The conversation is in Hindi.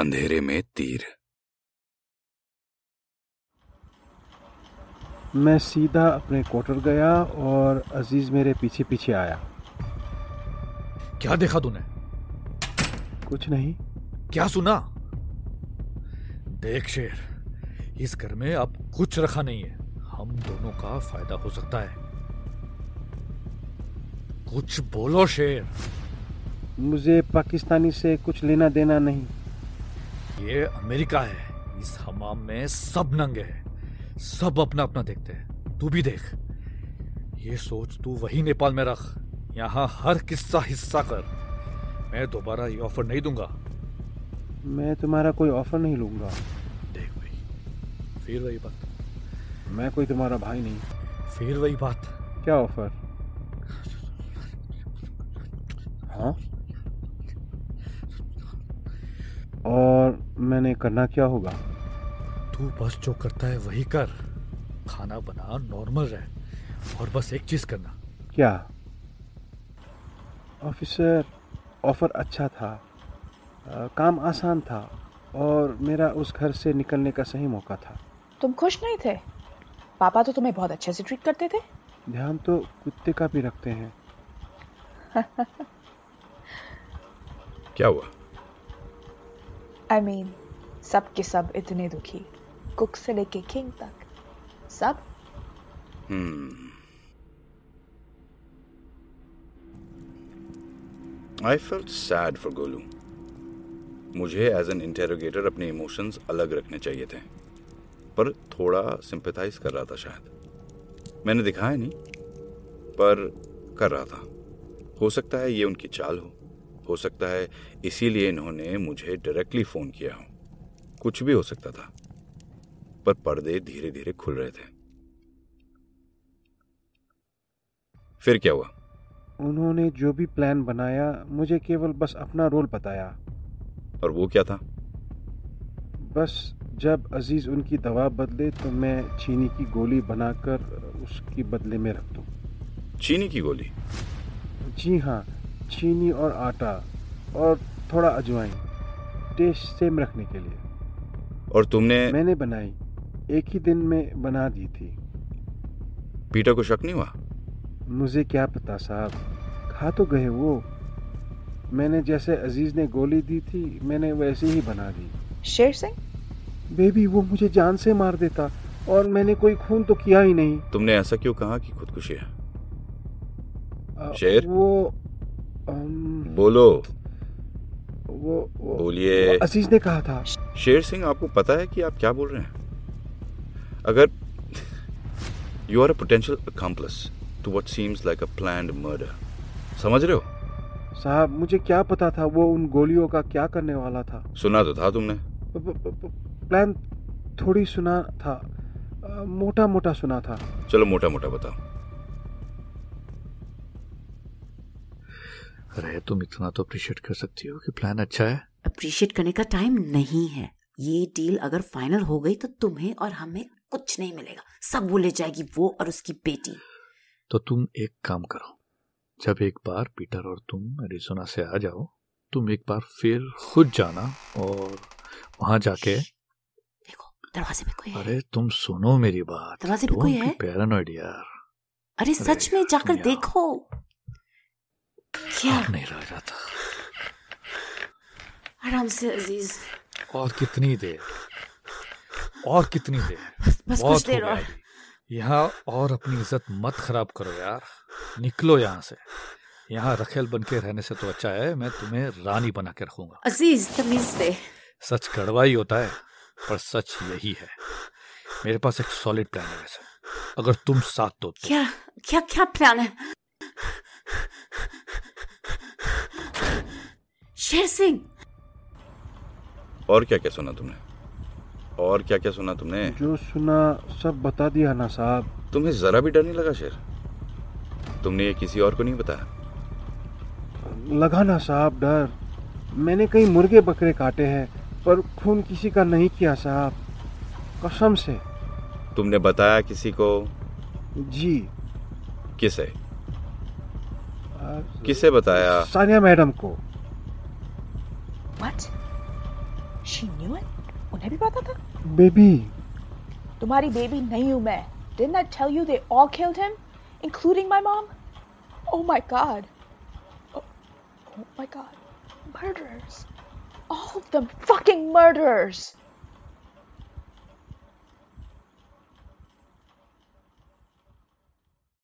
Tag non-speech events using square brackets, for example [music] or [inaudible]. अंधेरे में तीर मैं सीधा अपने क्वार्टर गया और अजीज़ मेरे पीछे पीछे आया क्या देखा तूने कुछ नहीं क्या सुना देख शेर इस घर में अब कुछ रखा नहीं है हम दोनों का फायदा हो सकता है कुछ बोलो शेर मुझे पाकिस्तानी से कुछ लेना देना नहीं ये अमेरिका है इस हमाम में सब नंगे हैं सब अपना अपना देखते हैं तू भी देख ये सोच तू वही नेपाल में रख यहाँ हर किस्सा हिस्सा कर मैं दोबारा ये ऑफर नहीं दूंगा मैं तुम्हारा कोई ऑफर नहीं लूंगा देख भाई फिर वही बात मैं कोई तुम्हारा भाई नहीं फिर वही बात क्या ऑफर हाँ और मैंने करना क्या होगा तू बस जो करता है वही कर खाना बना नॉर्मल रह और बस एक चीज करना क्या ऑफिसर ऑफर अच्छा था अ, काम आसान था और मेरा उस घर से निकलने का सही मौका था तुम खुश नहीं थे पापा तो तुम्हें बहुत अच्छे से ट्रीट करते थे ध्यान तो कुत्ते का भी रखते हैं क्या हुआ आई I मीन mean, सब के सब इतने दुखी कुक से लेके किंग तक सब Hmm. I felt sad for Golu मुझे एज एन इंटेरोगेटर अपने इमोशंस अलग रखने चाहिए थे पर थोड़ा सिंपथाइज कर रहा था शायद मैंने दिखाया नहीं पर कर रहा था हो सकता है ये उनकी चाल हो हो सकता है इसीलिए इन्होंने मुझे डायरेक्टली फ़ोन किया हो कुछ भी हो सकता था पर पर्दे धीरे धीरे खुल रहे थे फिर क्या हुआ उन्होंने जो भी प्लान बनाया मुझे केवल बस अपना रोल बताया और वो क्या था बस जब अजीज़ उनकी दवा बदले तो मैं चीनी की गोली बनाकर उसकी बदले में रख दूँ चीनी की गोली जी हाँ चीनी और आटा और थोड़ा अजवाइन टेस्ट सेम रखने के लिए और तुमने मैंने बनाई एक ही दिन में बना दी थी पीटर को शक नहीं हुआ मुझे क्या पता साहब खा तो गए वो मैंने जैसे अजीज़ ने गोली दी थी मैंने वैसे ही बना दी शेर सिंह बेबी वो मुझे जान से मार देता और मैंने कोई खून तो किया ही नहीं तुमने ऐसा क्यों कहा कि खुदकुशी है अ, शेर? वो अम, बोलो वो, वो बोलिए। वो अजीज ने कहा था शेर सिंह आपको पता है कि आप क्या बोल रहे हैं अगर [laughs] you are a potential accomplice to what seems like a planned murder समझ रहे हो साहब मुझे क्या पता था वो उन गोलियों का क्या करने वाला था सुना तो था तुमने प- प- प- प- प्लान थोड़ी सुना था मोटा मोटा सुना था चलो मोटा मोटा बताओ अरे तुम इतना तो अप्रिशिएट कर सकती हो कि प्लान अच्छा है अप्रिशिएट करने का टाइम नहीं है ये डील अगर फाइनल हो गई तो तुम्हें और हमें कुछ नहीं मिलेगा सब वो ले जाएगी वो और उसकी बेटी तो तुम एक काम करो जब एक बार पीटर और तुम एरिजोना से आ जाओ तुम एक बार फिर खुद जाना और वहां जाके देखो दरवाजे पे कोई है अरे तुम सुनो मेरी बात दरवाजे पे कोई है? पैरानॉइड यार अरे सच में जाकर यार। देखो क्या नहीं रह जाता आराम से अजीज और कितनी देर और कितनी देर बस कुछ बहुत हो देर गया और अभी। यहाँ और अपनी इज्जत मत खराब करो यार निकलो यहाँ से यहाँ रखेल बन के रहने से तो अच्छा है मैं तुम्हें रानी बना के रखूंगा अजीज तमीज से सच कड़वा ही होता है पर सच यही है मेरे पास एक सॉलिड प्लान है वैसे अगर तुम साथ दो तो क्या क्या क्या प्लान है शेर सिंह और क्या क्या सुना तुमने और क्या क्या सुना तुमने जो सुना सब बता दिया ना साहब तुम्हें जरा भी डर नहीं लगा शेर तुमने ये किसी और को नहीं बताया लगा ना साहब डर मैंने कई मुर्गे बकरे काटे हैं पर खून किसी का नहीं किया साहब कसम से तुमने बताया किसी को जी किसे अ, किसे बताया सानिया मैडम को व्हाट शी न्यू इट उन्हें भी पता था बेबी तुम्हारी बेबी नहीं हूं मैं did I tell you they all killed him including my mom oh my God Oh, oh my God murderers all of them fucking murderers